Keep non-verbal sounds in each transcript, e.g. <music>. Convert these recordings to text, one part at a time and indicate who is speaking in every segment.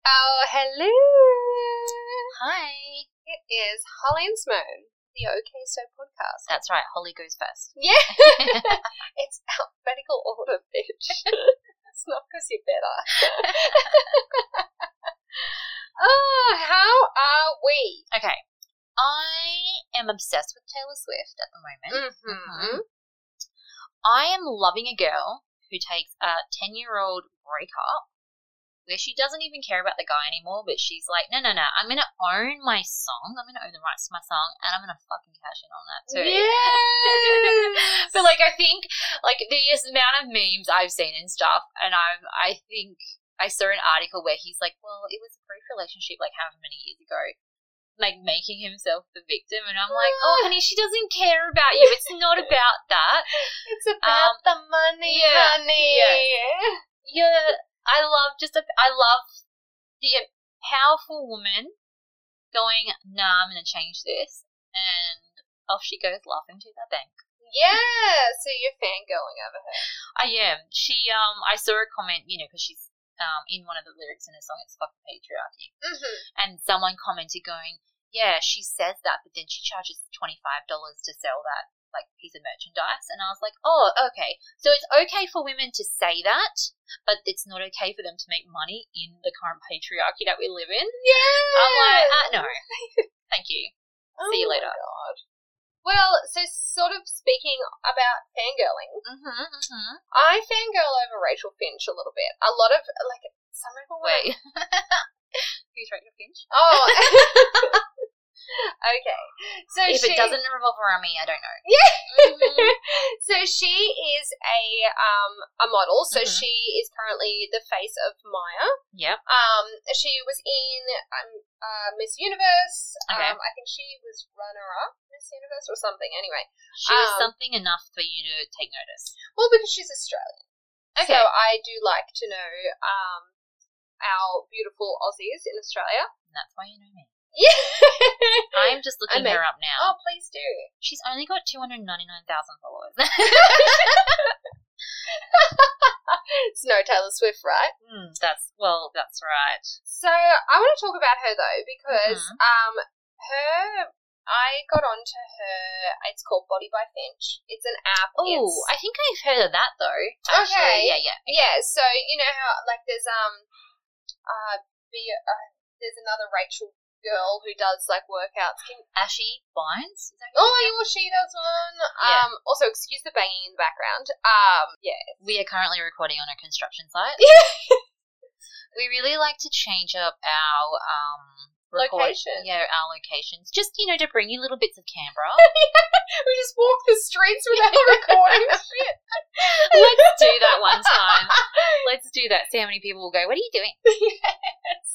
Speaker 1: Oh, hello!
Speaker 2: Hi.
Speaker 1: It is Holly and Simone, the OK So podcast.
Speaker 2: That's right. Holly goes first.
Speaker 1: Yeah! <laughs> it's alphabetical order, bitch.
Speaker 2: <laughs>
Speaker 1: it's not because you're better. oh, how are we?
Speaker 2: Okay. I am obsessed with Taylor Swift at the moment.
Speaker 1: Mm-hmm.
Speaker 2: I am loving a girl who takes a 10 year old breakup where she doesn't even care about the guy anymore, but she's like, no, no, no, I'm going to own my song. I'm going to own the rights to my song, and I'm going to fucking cash in on that too. <laughs>
Speaker 1: Yes!
Speaker 2: But like I think like the amount of memes I've seen and stuff, and I'm I think I saw an article where he's like, well, it was a brief relationship, like however many years ago, like making himself the victim, and I'm like,
Speaker 1: Ah.
Speaker 2: oh, honey, she doesn't care about you. It's
Speaker 1: <laughs>
Speaker 2: not about that. Um,
Speaker 1: it's about the money,
Speaker 2: yeah,
Speaker 1: money.
Speaker 2: Yeah, I love just a, I love the powerful woman going, nah, I'm gonna change this, and off she goes laughing to the bank.
Speaker 1: Yeah, so you're fangirling over her.
Speaker 2: I am. She, um, I saw a comment, you know, because she's um, in one of the lyrics in her song, it's fucking patriarchy.
Speaker 1: Mm-hmm.
Speaker 2: And someone commented going, yeah, she says that, but then she charges $25 to sell that, like, piece of merchandise. And I was like, oh, okay. So it's okay for women to say that, but it's not okay for them to make money in the current patriarchy that we live in.
Speaker 1: Yeah!
Speaker 2: I'm like, ah,
Speaker 1: <laughs>
Speaker 2: no. Thank you. See
Speaker 1: Oh
Speaker 2: you
Speaker 1: my
Speaker 2: later.
Speaker 1: God. Well, so sort of speaking about fangirling,
Speaker 2: Mm-hmm, mm-hmm.
Speaker 1: I fangirl over Rachel Finch a little bit. A lot of like some of them were-
Speaker 2: Wait. <laughs> Who's Rachel Finch?
Speaker 1: Oh.
Speaker 2: <laughs>
Speaker 1: okay. So
Speaker 2: If
Speaker 1: she,
Speaker 2: it doesn't revolve around me, I don't know.
Speaker 1: Yeah.
Speaker 2: Mhm.
Speaker 1: so she is a um a model. So
Speaker 2: Mhm.
Speaker 1: she is currently the face of Maya.
Speaker 2: Yep.
Speaker 1: Um, she was in um, uh, Miss Universe.
Speaker 2: Okay.
Speaker 1: Um, I think she was runner up Miss Universe or something. Anyway,
Speaker 2: She was
Speaker 1: Um,
Speaker 2: something enough for you to take notice.
Speaker 1: well, because she's Australian,
Speaker 2: Okay.
Speaker 1: so I do like to know um our beautiful Aussies in Australia. <laughs>
Speaker 2: And that's why you know me.
Speaker 1: Yeah.
Speaker 2: I'm just looking
Speaker 1: I
Speaker 2: her up now.
Speaker 1: oh, please do.
Speaker 2: She's only got 299,000 followers. <laughs>
Speaker 1: It's no Taylor Swift, right?
Speaker 2: Hmm, that's, well, that's right.
Speaker 1: So I want to talk about her though because
Speaker 2: Mm-hmm.
Speaker 1: um her I got onto her. It's called Body by Finch. It's an app.
Speaker 2: Oh,
Speaker 1: it's,
Speaker 2: I think I've heard of that though. Actually,
Speaker 1: Okay.
Speaker 2: Yeah, yeah.
Speaker 1: yeah. So you know how like there's um uh, be, uh there's another Rachel girl who does like workouts. Can,
Speaker 2: Ashy Bynes? Is that
Speaker 1: oh,
Speaker 2: her name?
Speaker 1: well, she does one.
Speaker 2: Yeah.
Speaker 1: Um. Also, excuse the banging in the background. Um. Yeah. <laughs>
Speaker 2: We are currently recording on a construction <laughs> site. we really like to change up our um, record-
Speaker 1: Location.
Speaker 2: Yeah, our locations. Just, you know, to bring you little bits of Canberra.
Speaker 1: We just walk the streets
Speaker 2: <laughs>
Speaker 1: without recording shit.
Speaker 2: Let's do that <laughs>
Speaker 1: <laughs>
Speaker 2: one time. Let's do that. See how many people will go, What are you doing?
Speaker 1: yes.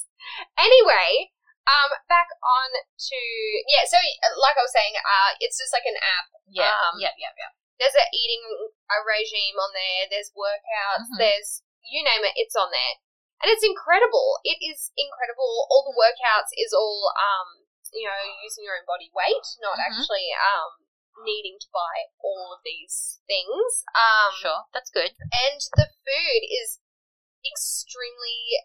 Speaker 1: Anyway, um, back on to yeah. So like I was saying, uh, it's just like an app.
Speaker 2: Yeah,
Speaker 1: Um,
Speaker 2: yeah, yeah, yeah.
Speaker 1: There's a eating a regime on there. There's workouts.
Speaker 2: Mhm.
Speaker 1: There's you name it. It's on there, and it's incredible. It is incredible. All the workouts is all um, you know, using your own body weight, not
Speaker 2: Mhm.
Speaker 1: actually um needing to buy all of these things. Um,
Speaker 2: sure, that's good.
Speaker 1: and the food is extremely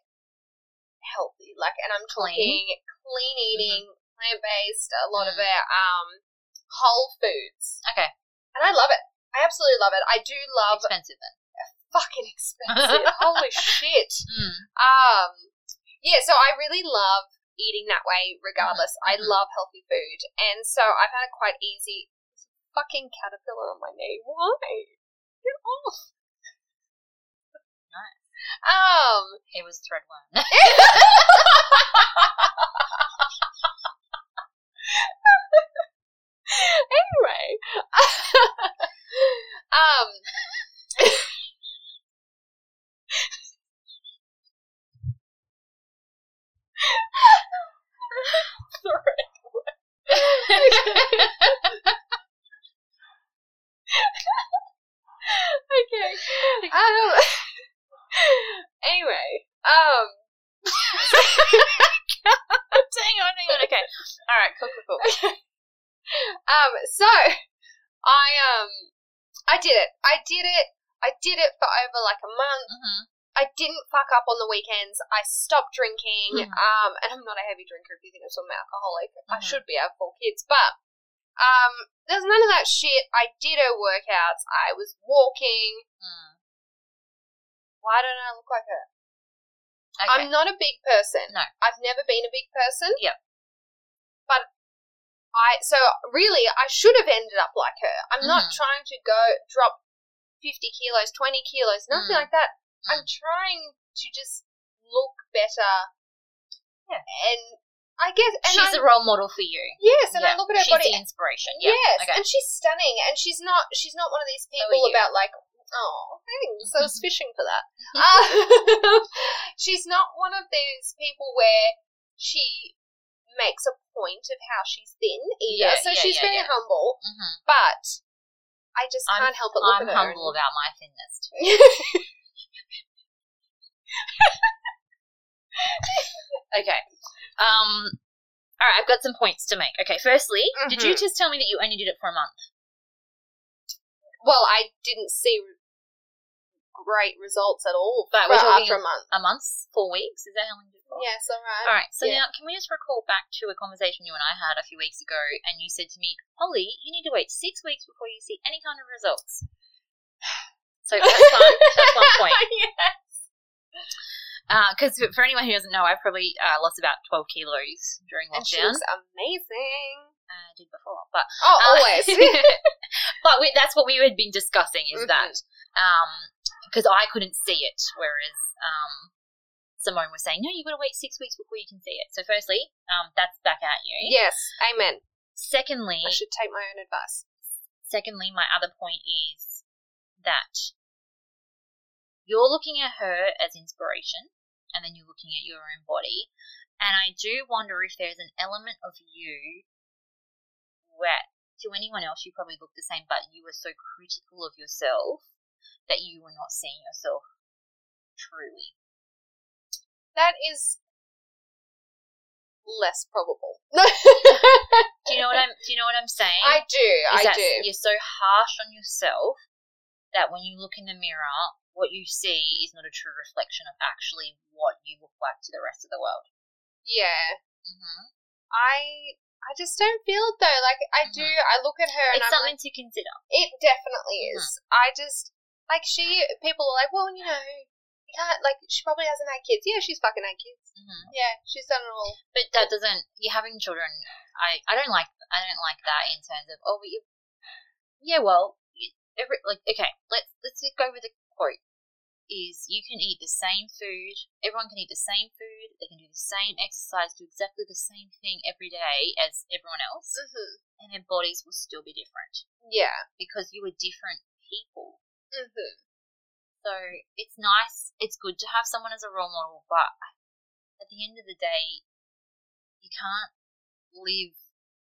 Speaker 1: healthy. Like, and I'm
Speaker 2: Clean. Mm-hmm.
Speaker 1: talking clean eating, plant based. A lot of it, um, whole foods,
Speaker 2: Mm. Okay,
Speaker 1: and I love it. I absolutely love it. I do love
Speaker 2: expensive then. <laughs>
Speaker 1: fucking expensive. Holy shit.
Speaker 2: Mm.
Speaker 1: Um, yeah, so I really love eating that way. Regardless, I
Speaker 2: Mhm.
Speaker 1: love healthy food, and so I found it quite easy. Fucking caterpillar on my knee. Why? Get off.
Speaker 2: Nice.
Speaker 1: Um,
Speaker 2: It was thread one.
Speaker 1: anyway, <laughs> um, sorry. okay. Um, <laughs> anyway, um,
Speaker 2: hang on, hang on. Okay. All right. Cool, cool, cool.
Speaker 1: um, so I um, I did it. I did it. I did it for over like a month.
Speaker 2: Mm-hmm.
Speaker 1: I didn't fuck up on the weekends. I stopped drinking.
Speaker 2: Mhm.
Speaker 1: Um, and I'm not a heavy drinker. If you think I'm sort of an alcoholic, I
Speaker 2: Mhm.
Speaker 1: should be. I have four kids, but um, there's none of that shit. I did her workouts. I was walking.
Speaker 2: Mm.
Speaker 1: Why don't I look like her?
Speaker 2: Okay.
Speaker 1: I'm not a big person.
Speaker 2: No.
Speaker 1: I've never been a big person.
Speaker 2: Yep.
Speaker 1: But I so really I should have ended up like her. I'm not
Speaker 2: Mm.
Speaker 1: trying to go drop fifty kilos, twenty kilos, nothing
Speaker 2: Mm.
Speaker 1: like that. I'm trying to just look better.
Speaker 2: Yeah.
Speaker 1: And I guess and I,
Speaker 2: She's a role model for you.
Speaker 1: yes, and
Speaker 2: Yeah.
Speaker 1: I look at her
Speaker 2: She's
Speaker 1: body
Speaker 2: the inspiration. Yeah.
Speaker 1: Yes,
Speaker 2: Okay.
Speaker 1: and she's stunning, and she's not she's not one of these
Speaker 2: are
Speaker 1: people
Speaker 2: you.
Speaker 1: about like oh thanks I
Speaker 2: <laughs>
Speaker 1: was fishing for that. Uh, <laughs> she's not one of those people where she makes a point of how she's thin either.
Speaker 2: Yeah,
Speaker 1: so
Speaker 2: yeah,
Speaker 1: she's
Speaker 2: yeah,
Speaker 1: very
Speaker 2: yeah.
Speaker 1: humble,
Speaker 2: hmm
Speaker 1: but I just
Speaker 2: I'm-
Speaker 1: can't help but look
Speaker 2: I'm
Speaker 1: at her.
Speaker 2: humble about my thinness
Speaker 1: <laughs>
Speaker 2: too. Okay. Um. All right, I've got some points to make. Okay, firstly, did you
Speaker 1: Mhm.
Speaker 2: just tell me that you only did it for a month?
Speaker 1: well, I didn't see great results at all.
Speaker 2: But
Speaker 1: for
Speaker 2: we're talking
Speaker 1: after a month.
Speaker 2: A month? Four weeks? Is that how long you did it for?
Speaker 1: Yes, all right.
Speaker 2: All right, so
Speaker 1: Yeah.
Speaker 2: now can we just recall back to a conversation you and I had a few weeks ago, and you said to me, Holly, you need to wait six weeks before you see any kind of results. <sighs> So that's
Speaker 1: <laughs>
Speaker 2: one, that's one point.
Speaker 1: yeah.
Speaker 2: Because for anyone who doesn't know, I probably uh, lost about 12 kilos during
Speaker 1: And she
Speaker 2: lockdown.
Speaker 1: looks amazing.
Speaker 2: Uh, I did before, but
Speaker 1: Oh, <laughs>
Speaker 2: Uh,
Speaker 1: always.
Speaker 2: <laughs> but we, that's what we had been discussing is
Speaker 1: Mhm.
Speaker 2: that because I couldn't see it, whereas um, Simone was saying, no, you've got to wait six weeks before you can see it. So, firstly, um, that's back at you.
Speaker 1: yes, amen.
Speaker 2: Secondly,
Speaker 1: I should take my own advice.
Speaker 2: secondly, my other point is that you're looking at her as inspiration, and then you're looking at your own body. And I do wonder if there's an element of you where, to anyone else, you probably look the same, but you are so critical of yourself that you are not seeing yourself truly.
Speaker 1: That is less probable.
Speaker 2: Do you know what I'm? Do you know what I'm saying?
Speaker 1: I do.
Speaker 2: is
Speaker 1: I
Speaker 2: that
Speaker 1: do.
Speaker 2: You're so harsh on yourself that when you look in the mirror, what you see is not a true reflection of actually what you look like to the rest of the world.
Speaker 1: Yeah.
Speaker 2: Mm-hmm.
Speaker 1: I I just don't feel it though. Like I do. I look at her and
Speaker 2: Mm-hmm. It's
Speaker 1: I'm
Speaker 2: something Mm-hmm.
Speaker 1: like,
Speaker 2: to consider.
Speaker 1: it definitely is. I just like she. People are like, well, you know, you can't like she probably hasn't had kids. Yeah, she's fucking had kids.
Speaker 2: hmm
Speaker 1: Yeah, she's done it all.
Speaker 2: But that doesn't. You're having children. I, I don't like. I don't like that in terms of oh, but you. Yeah, well, you- every like okay. Let's let's just go with the quote. Is you can eat the same food. Everyone can eat the same food. They can do the same exercise, do exactly the same thing every day as everyone else.
Speaker 1: Mm-hmm.
Speaker 2: and their bodies will still be different
Speaker 1: Yeah.
Speaker 2: because you are different people.
Speaker 1: Mm-hmm.
Speaker 2: So it's nice, it's good to have someone as a role model, but at the end of the day, you can't live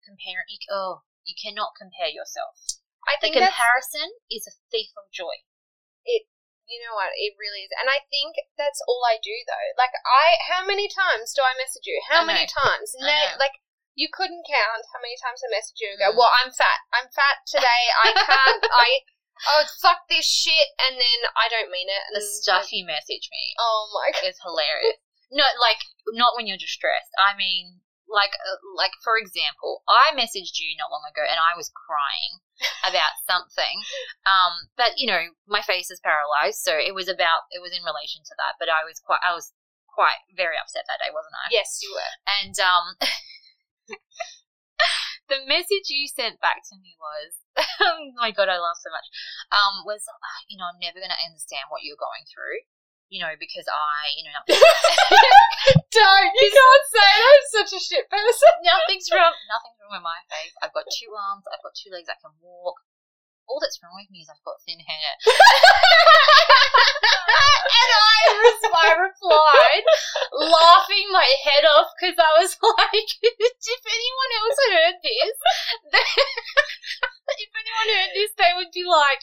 Speaker 2: compare. You, oh, you cannot compare yourself.
Speaker 1: I
Speaker 2: The
Speaker 1: think that's-
Speaker 2: comparison is a thief of joy.
Speaker 1: you know what it really is and i think that's all i do though like i how many times do i message you how
Speaker 2: I
Speaker 1: many times
Speaker 2: I
Speaker 1: Na-
Speaker 2: know.
Speaker 1: like you couldn't count how many times i message you and go
Speaker 2: Mm.
Speaker 1: well i'm fat i'm fat today
Speaker 2: <laughs>
Speaker 1: i can't i oh fuck this shit and then i don't mean it and
Speaker 2: The stuff you message me
Speaker 1: oh my
Speaker 2: <laughs>
Speaker 1: god
Speaker 2: is hilarious. No, like not when you're distressed. I mean, like uh, like for example, I messaged you not long ago and I was crying about something. Um, but you know, my face is paralyzed, so it was about it was in relation to that. But I was quite I was quite very upset that day, wasn't I?
Speaker 1: yes you were
Speaker 2: And um, <laughs> the message you sent back to me was, <laughs> oh my god, I laugh so much. Um, was "Ah, you know I'm never going to understand what you're going through, you know, because I you know
Speaker 1: don't you can't say that i'm such a shit person <laughs>
Speaker 2: <laughs> nothing's wrong, nothing's wrong with my face. I've got two arms, I've got two legs, I can walk. All that's wrong with me is I've got thin hair. and I, res- I replied, laughing my head off because I was <laughs> like, if anyone else heard this, <laughs> if anyone heard this, they would be like,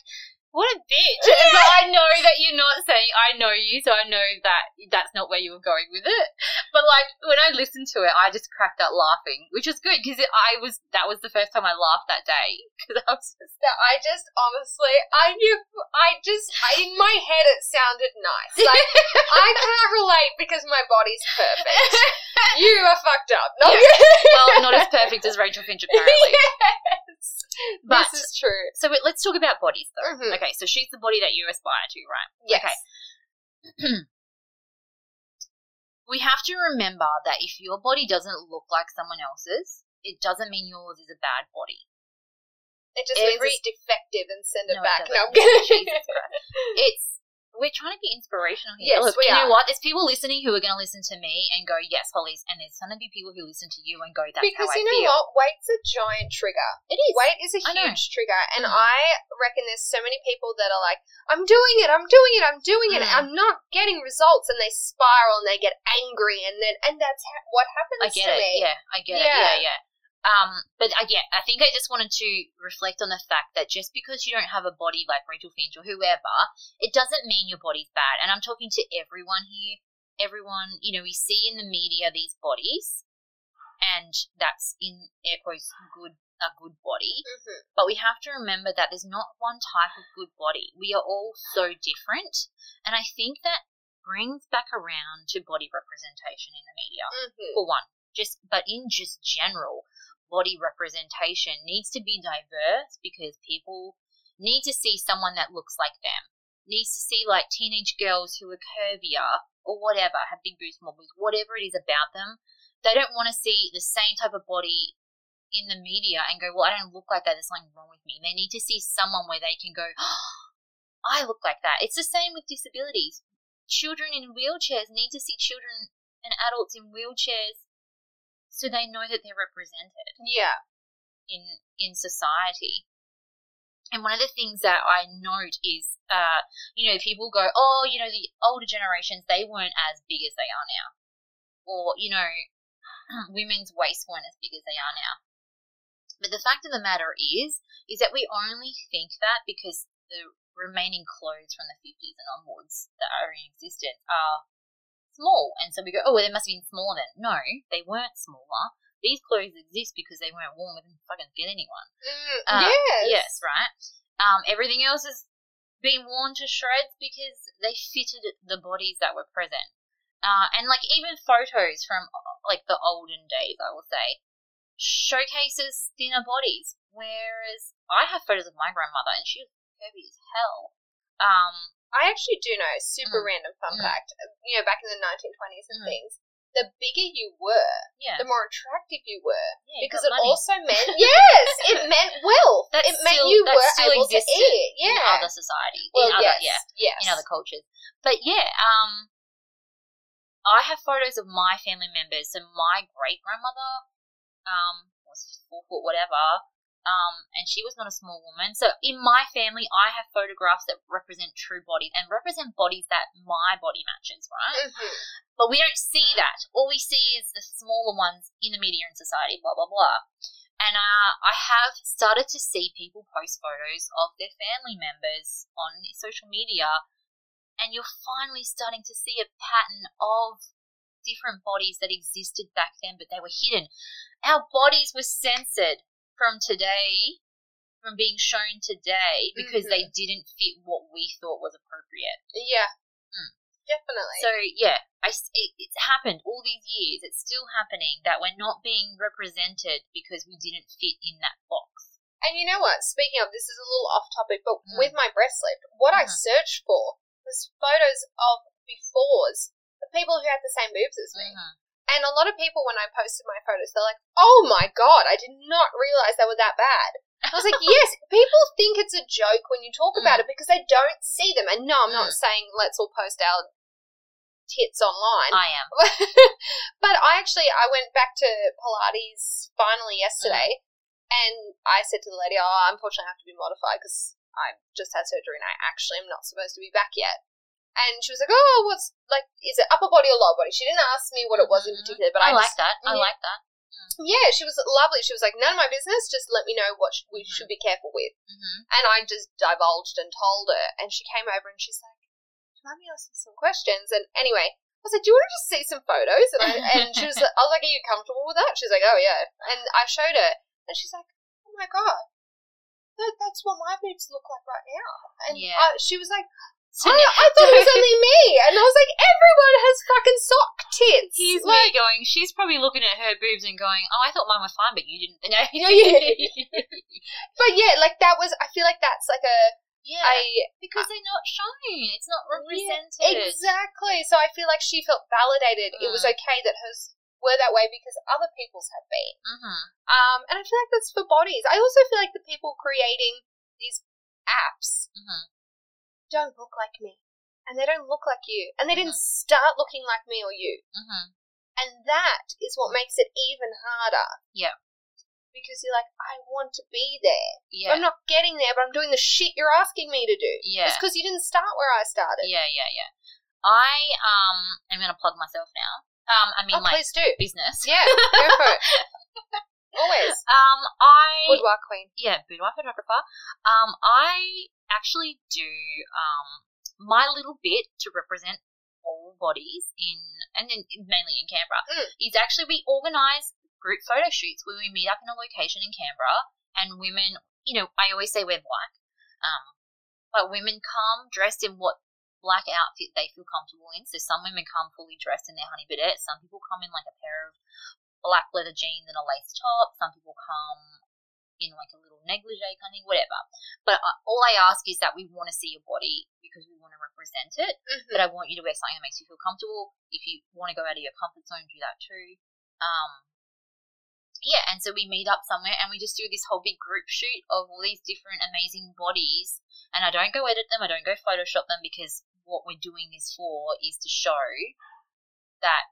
Speaker 2: what a bitch. But I know that you're not saying, I know you, so I know that that's not where you were going with it. But like, when I I listened to it, I just cracked up laughing, which is good because I was that was the first time I laughed that day because I was just
Speaker 1: that I just honestly, I knew, I just, I, in my head it sounded nice.
Speaker 2: <laughs>
Speaker 1: Like, I can't relate because my body's perfect. You are fucked up. Not
Speaker 2: Yeah.
Speaker 1: <laughs>
Speaker 2: well, not as perfect as Rachel Finch apparently.
Speaker 1: yes.
Speaker 2: But
Speaker 1: <laughs> this is true.
Speaker 2: so wait, let's talk about bodies though.
Speaker 1: Mhm.
Speaker 2: Okay, so she's the body that you aspire to, right?
Speaker 1: Yes.
Speaker 2: Okay. <clears throat> we have to remember that if your body doesn't look like someone else's, it doesn't mean yours is a bad body.
Speaker 1: It just
Speaker 2: Every-
Speaker 1: means it's defective and send it
Speaker 2: No, it
Speaker 1: back.
Speaker 2: doesn't.
Speaker 1: no, I'm kidding.
Speaker 2: <laughs> Jesus
Speaker 1: <laughs>
Speaker 2: Christ. It's we're trying to be inspirational here.
Speaker 1: Yes,
Speaker 2: Look,
Speaker 1: we
Speaker 2: you
Speaker 1: are.
Speaker 2: know what? There's people listening who are going to listen to me and go, "Yes, Holly's," and there's going to be people who listen to you and go, "That's
Speaker 1: because
Speaker 2: how I
Speaker 1: you know
Speaker 2: feel."
Speaker 1: what? Weight's a giant trigger.
Speaker 2: It is.
Speaker 1: Weight is a
Speaker 2: I know.
Speaker 1: huge trigger, and
Speaker 2: Mm.
Speaker 1: I reckon there's so many people that are like, "I'm doing it, I'm doing it, I'm doing it,
Speaker 2: Mm.
Speaker 1: I'm not getting results," and they spiral and they get angry, and then and that's ha- what happens
Speaker 2: I
Speaker 1: to
Speaker 2: get it.
Speaker 1: me.
Speaker 2: Yeah, I get it.
Speaker 1: Yeah.
Speaker 2: Yeah, yeah. Um, but I yeah, I think I just wanted to reflect on the fact that just because you don't have a body like Rachel Finch or whoever, it doesn't mean your body's bad. And I'm talking to everyone here. Everyone, you know, we see in the media these bodies, and that's in air quotes good a good body.
Speaker 1: Mhm.
Speaker 2: But we have to remember that there's not one type of good body. We are all so different, and I think that brings back around to body representation in the media
Speaker 1: Mhm.
Speaker 2: for one just but in just general body representation needs to be diverse because people need to see someone that looks like them needs to see like teenage girls who are curvier or whatever have big boobs small boobs whatever it is about them they don't want to see the same type of body in the media and go well i don't look like that there's something wrong with me they need to see someone where they can go "Oh, i look like that it's the same with disabilities children in wheelchairs need to see children and adults in wheelchairs so they know that they're represented
Speaker 1: Yeah.
Speaker 2: in in society. And one of the things that I note is, uh, you know, people go, oh, you know, the older generations they weren't as big as they are now, or you know, <clears throat> women's waists weren't as big as they are now. But the fact of the matter is, is that we only think that because the remaining clothes from the fifties and onwards that are in existence are small, and so we go, oh, well, they must have been smaller then. No, they weren't smaller. These clothes exist because they weren't worn. They didn't fucking fit anyone.
Speaker 1: Mm,
Speaker 2: Uh,
Speaker 1: yes.
Speaker 2: Yes, right. Um, everything else has been worn to shreds because they fitted the bodies that were present. Uh, and like even photos from like the olden days, I will say, showcases thinner bodies. Whereas I have photos of my grandmother and she was curvy as hell. Um,
Speaker 1: I actually do know a super
Speaker 2: Mm.
Speaker 1: random fun
Speaker 2: Mm.
Speaker 1: fact. uh, You know, back in the 1920s and
Speaker 2: Mm.
Speaker 1: things, the bigger you were,
Speaker 2: yeah,
Speaker 1: the more attractive you were.
Speaker 2: Yeah, you
Speaker 1: because
Speaker 2: got
Speaker 1: it
Speaker 2: money.
Speaker 1: also meant
Speaker 2: <laughs>
Speaker 1: yes, it meant wealth.
Speaker 2: That
Speaker 1: it meant
Speaker 2: still-
Speaker 1: you
Speaker 2: that
Speaker 1: were
Speaker 2: still
Speaker 1: able to
Speaker 2: existed
Speaker 1: eat.
Speaker 2: in
Speaker 1: Yeah.
Speaker 2: other society,
Speaker 1: well,
Speaker 2: in other
Speaker 1: yes,
Speaker 2: yeah,
Speaker 1: yes.
Speaker 2: in other cultures. But yeah, um, I have photos of my family members. So my great grandmother, um, was four foot whatever, um, and she was not a small woman. So in my family, I have photographs that represent true bodies and represent bodies that my body matches, right?
Speaker 1: Mhm.
Speaker 2: But we don't see that. All we see is the smaller ones in the media and society, blah, blah, blah. And uh, I have started to see people post photos of their family members on social media, and you're finally starting to see a pattern of different bodies that existed back then, but they were hidden. Our bodies were censored from today, from being shown today, because they didn't fit what we thought was appropriate.
Speaker 1: Yeah.
Speaker 2: Mm.
Speaker 1: Definitely.
Speaker 2: So yeah, I s it, it's happened all these years. It's still happening that we're not being represented because we didn't fit in that box.
Speaker 1: and you know what? Speaking of, this is a little off topic, but
Speaker 2: Mm.
Speaker 1: with my breast lift, what I
Speaker 2: Mhm.
Speaker 1: searched for was photos of befores of people who had the same boobs as me.
Speaker 2: Mm-hmm. <laughs>
Speaker 1: And a lot of people, when I posted my photos, they're like, "Oh my god, I did not realize they were that bad." I was
Speaker 2: <laughs>
Speaker 1: like, "Yes, people think it's a joke when you talk
Speaker 2: Mm.
Speaker 1: about it because they don't see them." And no, I'm not saying let's all post our tits online.
Speaker 2: I am.
Speaker 1: but I actually I went back to Pilates finally yesterday, and I said to the lady, "Oh, unfortunately, I have to be modified because I just had surgery and I actually am not supposed to be back yet." And she was like, "Oh, what's like? Is it upper body or lower body?" She didn't ask me what it was in
Speaker 2: Mhm.
Speaker 1: particular, but I,
Speaker 2: I, like
Speaker 1: just,
Speaker 2: that.
Speaker 1: yeah.
Speaker 2: I like that.
Speaker 1: yeah, she was lovely. She was like, "None of my business. Just let me know what sh- we
Speaker 2: Mhm.
Speaker 1: should be careful with."
Speaker 2: hmm
Speaker 1: And I just divulged and told her, and she came over and she's like, "Do you mind me asking some questions?" And anyway, I was like, "Do you want to just see some photos?" And I, and she was, like, I was like, "Are you comfortable with that?" She's like, "Oh yeah." And I showed her, and she's like, "Oh my god, that, that's what my boobs look like right now." And
Speaker 2: Yeah.
Speaker 1: I, she was
Speaker 2: <laughs>
Speaker 1: like,
Speaker 2: So
Speaker 1: "Oh,
Speaker 2: now-
Speaker 1: I thought it was only me," and I was like, "Everyone has fucking sock tits."
Speaker 2: Here's
Speaker 1: like,
Speaker 2: me going. She's probably looking at her boobs and going, "Oh, I thought mine were fine, but you didn't." <laughs> No,
Speaker 1: yeah. but yeah, like that was. I feel like that's like a
Speaker 2: yeah.
Speaker 1: a
Speaker 2: because they're not shown. It's not represented.
Speaker 1: Exactly. So I feel like she felt validated. It was
Speaker 2: Mm.
Speaker 1: okay that hers were that way because other people's had been.
Speaker 2: Mhm.
Speaker 1: Um, and I feel like that's for bodies. I also feel like the people creating these apps
Speaker 2: Mhm.
Speaker 1: don't look like me, and they don't look like you, and they didn't
Speaker 2: Mm-hmm.
Speaker 1: start looking like me or you.
Speaker 2: Mhm.
Speaker 1: And that is what makes it even harder.
Speaker 2: Yeah.
Speaker 1: Because you're like, I want to be there.
Speaker 2: Yeah.
Speaker 1: I'm not getting there, but I'm doing the shit you're asking me to do.
Speaker 2: yeah.
Speaker 1: It's because you didn't start where I started.
Speaker 2: Yeah. Yeah. Yeah. I um am gonna plug myself now. Um, I mean
Speaker 1: oh,
Speaker 2: like
Speaker 1: please do.
Speaker 2: business.
Speaker 1: Yeah, go for it. <laughs> Always.
Speaker 2: Um, I
Speaker 1: Boudoir queen.
Speaker 2: yeah, boudoir photographer. Um, I actually do um my little bit to represent all bodies in and in, mainly in Canberra
Speaker 1: Mm.
Speaker 2: is actually we organise group photo shoots where we meet up in a location in Canberra and women. You know, I always say we're black, um, but women come dressed in what black outfit they feel comfortable in. So some women come fully dressed in their honey bidette. Some people come in like a pair of black leather jeans and a lace top. Some people come in like a little negligee kind of thing, whatever. But I, all I ask is that we want to see your body because we want to represent it.
Speaker 1: Mhm.
Speaker 2: But I want you to wear something that makes you feel comfortable. If you want to go out of your comfort zone, do that too. Um, yeah, and so we meet up somewhere and we just do this whole big group shoot of all these different amazing bodies. And I don't go edit them, I don't go Photoshop them because what we're doing this for is to show that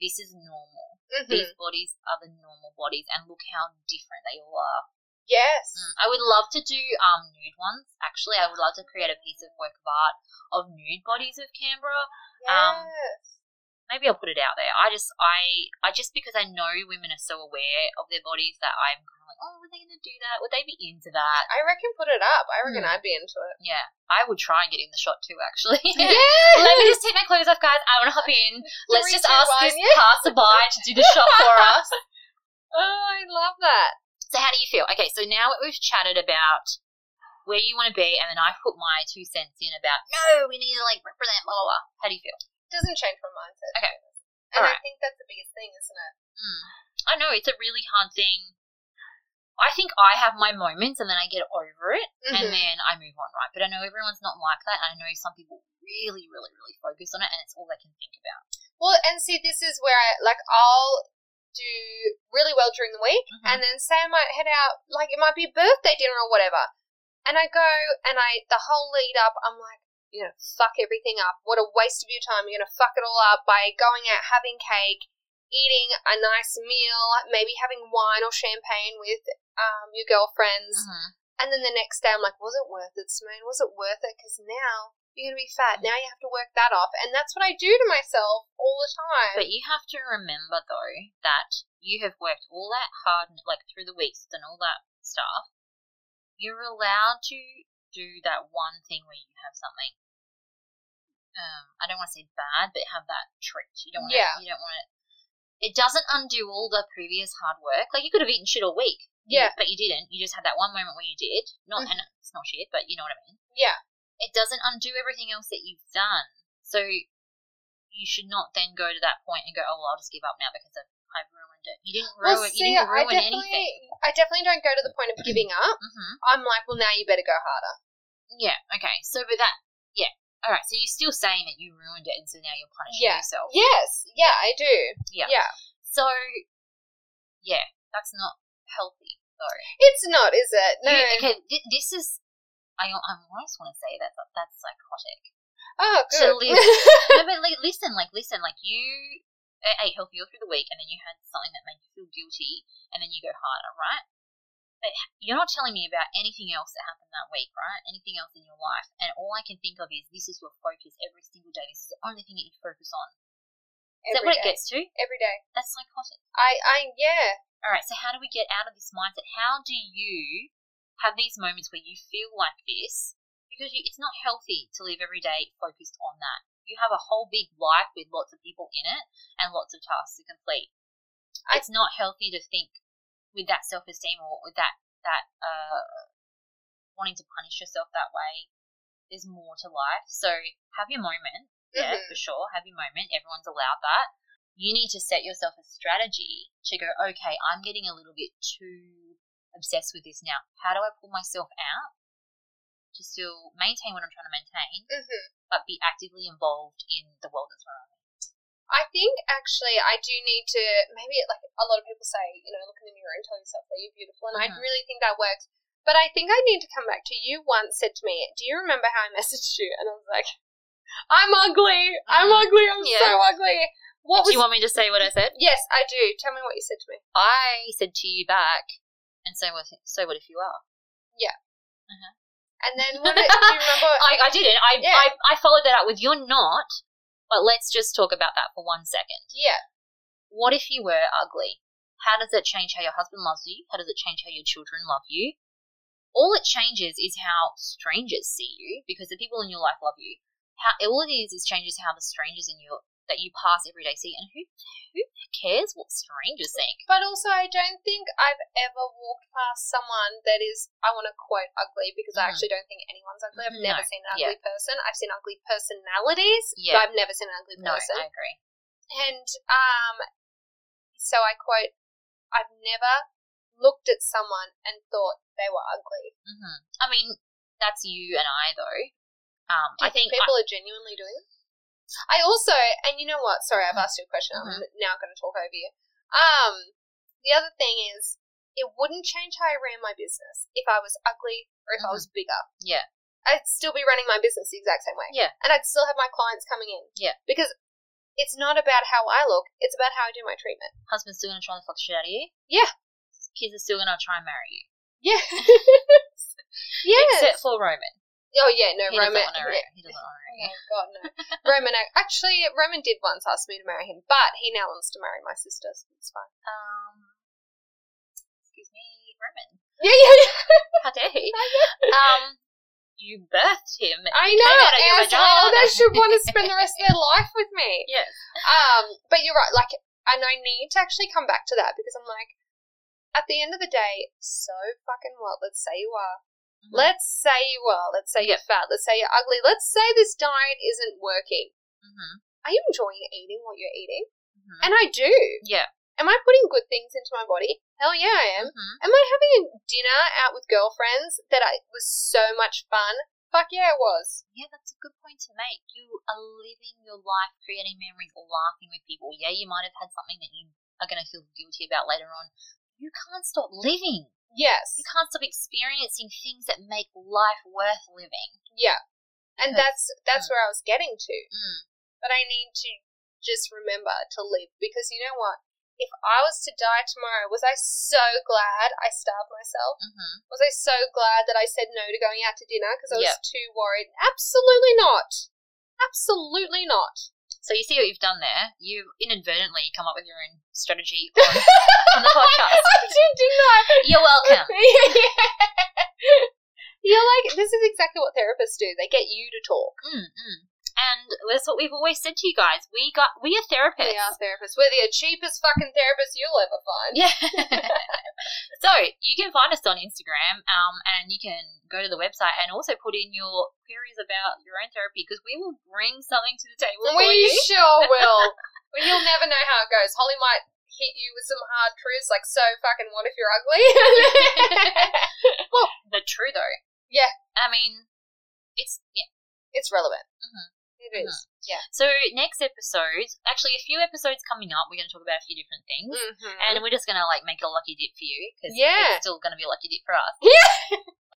Speaker 2: this is normal.
Speaker 1: Mhm.
Speaker 2: These bodies are the normal bodies, and look how different they all are.
Speaker 1: Yes.
Speaker 2: Mm, I would love to do um nude ones. Actually, I would love to create a piece of work of art of nude bodies of Canberra. Um,
Speaker 1: Yes.
Speaker 2: Maybe I'll put it out there. I just I I just because I know women are so aware of their bodies that I'm kind of like, oh, were they going to do that? Would they be into that?
Speaker 1: I reckon put it up. I reckon
Speaker 2: Mm.
Speaker 1: I'd be into it.
Speaker 2: Yeah, I would try and get in the shot too. Actually,
Speaker 1: <laughs> Yeah.
Speaker 2: let me just take my clothes off, guys. I want to hop in. Let's
Speaker 1: Three,
Speaker 2: just
Speaker 1: two,
Speaker 2: ask
Speaker 1: one, <laughs>
Speaker 2: this
Speaker 1: yeah.
Speaker 2: passerby to do the shot for us.
Speaker 1: Oh, I love that.
Speaker 2: So how do you feel? Okay, so now that we've chatted about where you want to be, and then I've put my two cents in about no, we need to like represent blah blah blah. How do you feel?
Speaker 1: Doesn't change my mindset.
Speaker 2: Okay.
Speaker 1: And I
Speaker 2: Alright.
Speaker 1: think that's the biggest thing, isn't it?
Speaker 2: Mm. I know it's a really hard thing. I think I have my moments, and then I get over it, and
Speaker 1: Mhm.
Speaker 2: then I move on, right? But I know everyone's not like that, and I know some people really, really, really focus on it, and it's all they can think about.
Speaker 1: Well, and see, this is where I like I'll do really well during the week,
Speaker 2: Mhm.
Speaker 1: and then say I might head out, like it might be a birthday dinner or whatever, and I go and I the whole lead up, I'm like, you know, fuck everything up. What a waste of your time. You're gonna fuck it all up by going out having cake, eating a nice meal, maybe having wine or champagne with um, your girlfriends,
Speaker 2: Mhm.
Speaker 1: and then the next day, I'm like, was it worth it, Simone? Was it worth it? Because now you're going to be fat. Now you have to work that off. And that's what I do to myself all the time.
Speaker 2: But you have to remember though that you have worked all that hard, and, like through the weeks, done all that stuff. You're allowed to do that one thing where you have something. Um, I don't want to say bad, but have that treat. You don't. Wanna,
Speaker 1: Yeah.
Speaker 2: You don't want to. It doesn't undo all the previous hard work. Like you could have eaten shit all week.
Speaker 1: Yeah. Mm.
Speaker 2: But you didn't. You just had that one moment where you did. Not, and it's not shit, but you know what I mean
Speaker 1: yeah.
Speaker 2: it doesn't undo everything else that you've done. So you should not then go to that point and go, oh, well, I'll just give up now because I've, I've ruined it. You didn't ruin.
Speaker 1: Well,
Speaker 2: you
Speaker 1: see,
Speaker 2: didn't
Speaker 1: I
Speaker 2: ruin
Speaker 1: definitely,
Speaker 2: anything.
Speaker 1: I definitely don't go to the point of giving up.
Speaker 2: hmm
Speaker 1: I'm like, well, now you better go harder.
Speaker 2: Yeah. Okay. So, but that, yeah. All right. So you're still saying that you ruined it, and so now you're punishing
Speaker 1: Yeah.
Speaker 2: yourself.
Speaker 1: Yes. Yeah, I do.
Speaker 2: Yeah.
Speaker 1: Yeah.
Speaker 2: So, yeah, that's not healthy. Sorry.
Speaker 1: It's not, is it? No.
Speaker 2: You- okay. Th- this is. I, I almost want to say that but that's psychotic.
Speaker 1: Oh,
Speaker 2: So
Speaker 1: good. <laughs>
Speaker 2: live- no, but like, listen, like, listen, like, you uh, ate healthy all through the week, and then you had something that made you feel guilty, and then you go harder, right? But you're not telling me about anything else that happened that week, right? Anything else in your life, and all I can think of is this is your focus every single day. This is the only thing that you focus on. Is that
Speaker 1: Every
Speaker 2: what it
Speaker 1: day.
Speaker 2: gets to?
Speaker 1: Every day.
Speaker 2: That's psychotic.
Speaker 1: I, I, yeah.
Speaker 2: All right, so how do we get out of this mindset? How do you have these moments where you feel like this? Because you, it's not healthy to live every day focused on that. you have a whole big life with lots of people in it and lots of tasks to complete.
Speaker 1: I-
Speaker 2: it's not healthy to think with that self esteem or with that that uh, wanting to punish yourself that way. There's more to life, so have your moment. Yeah,
Speaker 1: Mhm.
Speaker 2: for sure, have your moment. Everyone's allowed that. You need to set yourself a strategy to go. Okay, I'm getting a little bit too obsessed with this now. How do I pull myself out to still maintain what I'm trying to maintain,
Speaker 1: hmm
Speaker 2: but be actively involved in the world that's around me?
Speaker 1: I think actually I do need to maybe like a lot of people say you know look in the mirror and tell yourself that you're beautiful, and
Speaker 2: Mhm.
Speaker 1: I really think that works. But I think I need to come back to you. Once said to me, "Do you remember how I <laughs> messaged you?" And I was like, "I'm ugly. I'm
Speaker 2: Mhm.
Speaker 1: ugly. I'm
Speaker 2: Yeah.
Speaker 1: so ugly." What
Speaker 2: Do
Speaker 1: was?
Speaker 2: you want me to say what I said?
Speaker 1: yes, I do. Tell me what you said to me.
Speaker 2: I said to you back, and so what? So what if you are?
Speaker 1: And then what did, do you remember?
Speaker 2: <laughs> I, I didn't. I,
Speaker 1: Yeah.
Speaker 2: I I followed that up with you're not. But let's just talk about that for one second.
Speaker 1: yeah.
Speaker 2: What if you were ugly? How does it change how your husband loves you? How does it change how your children love you? All it changes is how strangers see you because the people in your life love you. How all it is is changes how the strangers in your that you pass every day see, and who who cares what strangers think?
Speaker 1: But also, I don't think I've ever walked past someone that is, I want to quote, ugly, because I
Speaker 2: Mhm.
Speaker 1: actually don't think anyone's ugly. I've
Speaker 2: Mm-hmm. No,
Speaker 1: never seen an
Speaker 2: yeah.
Speaker 1: ugly person. I've seen ugly personalities,
Speaker 2: Yeah.
Speaker 1: but I've never seen an ugly
Speaker 2: No,
Speaker 1: person.
Speaker 2: I agree.
Speaker 1: And um, so I quote, I've never looked at someone and thought they were ugly.
Speaker 2: hmm I mean, that's you and I though. Um,
Speaker 1: Do you
Speaker 2: I think
Speaker 1: people are genuinely doing it. I also, and you know what? Sorry, I've
Speaker 2: Mhm.
Speaker 1: asked you a question. I'm
Speaker 2: Mhm.
Speaker 1: now going to talk over you. Um, the other thing is, it wouldn't change how I ran my business if I was ugly or if I was bigger.
Speaker 2: Yeah.
Speaker 1: I'd still be running my business the exact same way.
Speaker 2: Yeah.
Speaker 1: and I'd still have my clients coming in.
Speaker 2: Yeah.
Speaker 1: because it's not about how I look; it's about how I do my treatment.
Speaker 2: husband's still gonna try the fuck shit out of you.
Speaker 1: Yeah.
Speaker 2: Kids are still gonna try and marry you.
Speaker 1: Yeah. <laughs> yes.
Speaker 2: Except for Roman.
Speaker 1: oh yeah, no
Speaker 2: He
Speaker 1: Roman.
Speaker 2: doesn't want to
Speaker 1: yeah.
Speaker 2: marry. He doesn't want to marry.
Speaker 1: Oh
Speaker 2: you.
Speaker 1: God, no. Roman, I- actually, Roman did once ask me to marry him, but he now wants to marry my sister, so it's fine.
Speaker 2: Um. Excuse me, <laughs> Roman.
Speaker 1: Yeah, yeah, yeah.
Speaker 2: How <laughs> dare he? um. You birthed him.
Speaker 1: I
Speaker 2: He came
Speaker 1: know.
Speaker 2: out of
Speaker 1: And
Speaker 2: your
Speaker 1: I was like,
Speaker 2: vagina.
Speaker 1: oh, they should want to spend the rest of their life with
Speaker 2: <laughs>
Speaker 1: me.
Speaker 2: Yes.
Speaker 1: Um, but you're right. Like, and I need to actually come back to that because I'm like, at the end of the day, so fucking what? Let's say you are.
Speaker 2: Mhm.
Speaker 1: Let's say you are. Let's say you're fat. Let's say you're ugly. Let's say this diet isn't working.
Speaker 2: Mhm,
Speaker 1: Are you enjoying eating what you're eating?
Speaker 2: mhm.
Speaker 1: And I do.
Speaker 2: Yeah.
Speaker 1: Am I putting good things into my body? Hell yeah, I am.
Speaker 2: Mhm.
Speaker 1: Am I having a dinner out with girlfriends that I was so much fun? Fuck yeah, it was.
Speaker 2: Yeah, that's a good point to make. You are living your life, creating memories, laughing with people. Yeah, you might have had something that you are going to feel guilty about later on. You can't stop living.
Speaker 1: Yes.
Speaker 2: You can't stop experiencing things that make life worth living.
Speaker 1: Yeah. And
Speaker 2: Because-
Speaker 1: that's that's where I was getting to.
Speaker 2: Mm,
Speaker 1: But I need to just remember to live because you know what? If I was to die tomorrow, was I so glad I starved myself?
Speaker 2: mhm.
Speaker 1: Was I so glad that I said no to going out to dinner because I was
Speaker 2: Yeah.
Speaker 1: too worried? Absolutely not. Absolutely not.
Speaker 2: So you see what you've done there. You've inadvertently come up with your own
Speaker 1: <laughs>
Speaker 2: strategy on, on the podcast.
Speaker 1: I did, didn't I?
Speaker 2: You're welcome.
Speaker 1: <laughs> You're like, this is exactly what therapists do. They get you to talk.
Speaker 2: Mm, mm. And that's what we've always said to you guys. We got we are therapists.
Speaker 1: We
Speaker 2: <laughs>
Speaker 1: are therapists. We're the cheapest fucking therapists you'll ever find.
Speaker 2: Yeah. so you can find us on Instagram, um, and you can go to the website and also put in your queries about your own therapy because we will bring something to the table for
Speaker 1: we
Speaker 2: you.
Speaker 1: <laughs> sure will. But you'll never know how it goes. Holly might hit you with some hard truths, like, so fucking what if you're ugly?
Speaker 2: Well, the true though.
Speaker 1: Yeah.
Speaker 2: I mean, it's yeah.
Speaker 1: <laughs> it's relevant.
Speaker 2: Mhm.
Speaker 1: It is.
Speaker 2: So next episode, actually a few episodes coming up, we're going to talk about a few different things,
Speaker 1: Mhm.
Speaker 2: and we're just going to like make a lucky dip for you because
Speaker 1: Yeah.
Speaker 2: it's still going to be a lucky dip for us.
Speaker 1: Yeah.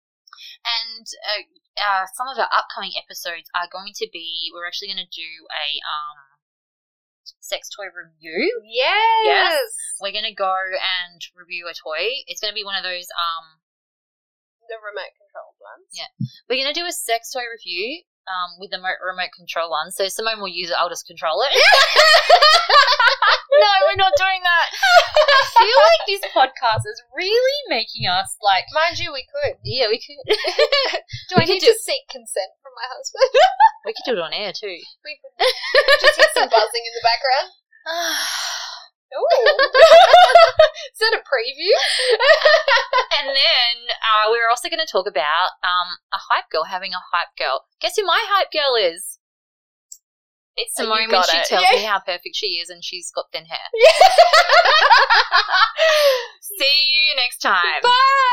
Speaker 2: <laughs> and uh, uh, some of our upcoming episodes are going to be we're actually going to do a um sex toy review.
Speaker 1: yes.
Speaker 2: We're going to go and review a toy. It's going to be one of those um
Speaker 1: The remote controlled ones. <laughs>
Speaker 2: Yeah. We're gonna do a sex toy review um, with the mo- remote control one. So Simone will use it. I'll just control it. <laughs> no, we're not doing that. I feel
Speaker 1: <laughs>
Speaker 2: like this podcast is really making us like.
Speaker 1: Mind you, we could.
Speaker 2: Yeah, we could.
Speaker 1: Do
Speaker 2: We
Speaker 1: I
Speaker 2: could
Speaker 1: need
Speaker 2: do-
Speaker 1: to seek consent from my husband?
Speaker 2: We could do it on air too.
Speaker 1: we could just hear some buzzing in the background. <laughs> Is that a preview?
Speaker 2: <sighs> and then uh, we're also going to talk about um, a hype girl having a hype girl. Guess who my hype girl is? It's
Speaker 1: Oh, you
Speaker 2: Simone when
Speaker 1: got
Speaker 2: she
Speaker 1: it.
Speaker 2: tells
Speaker 1: Yeah.
Speaker 2: me how perfect she is and she's <laughs> got thin hair.
Speaker 1: Yeah.
Speaker 2: See you next time.
Speaker 1: Bye.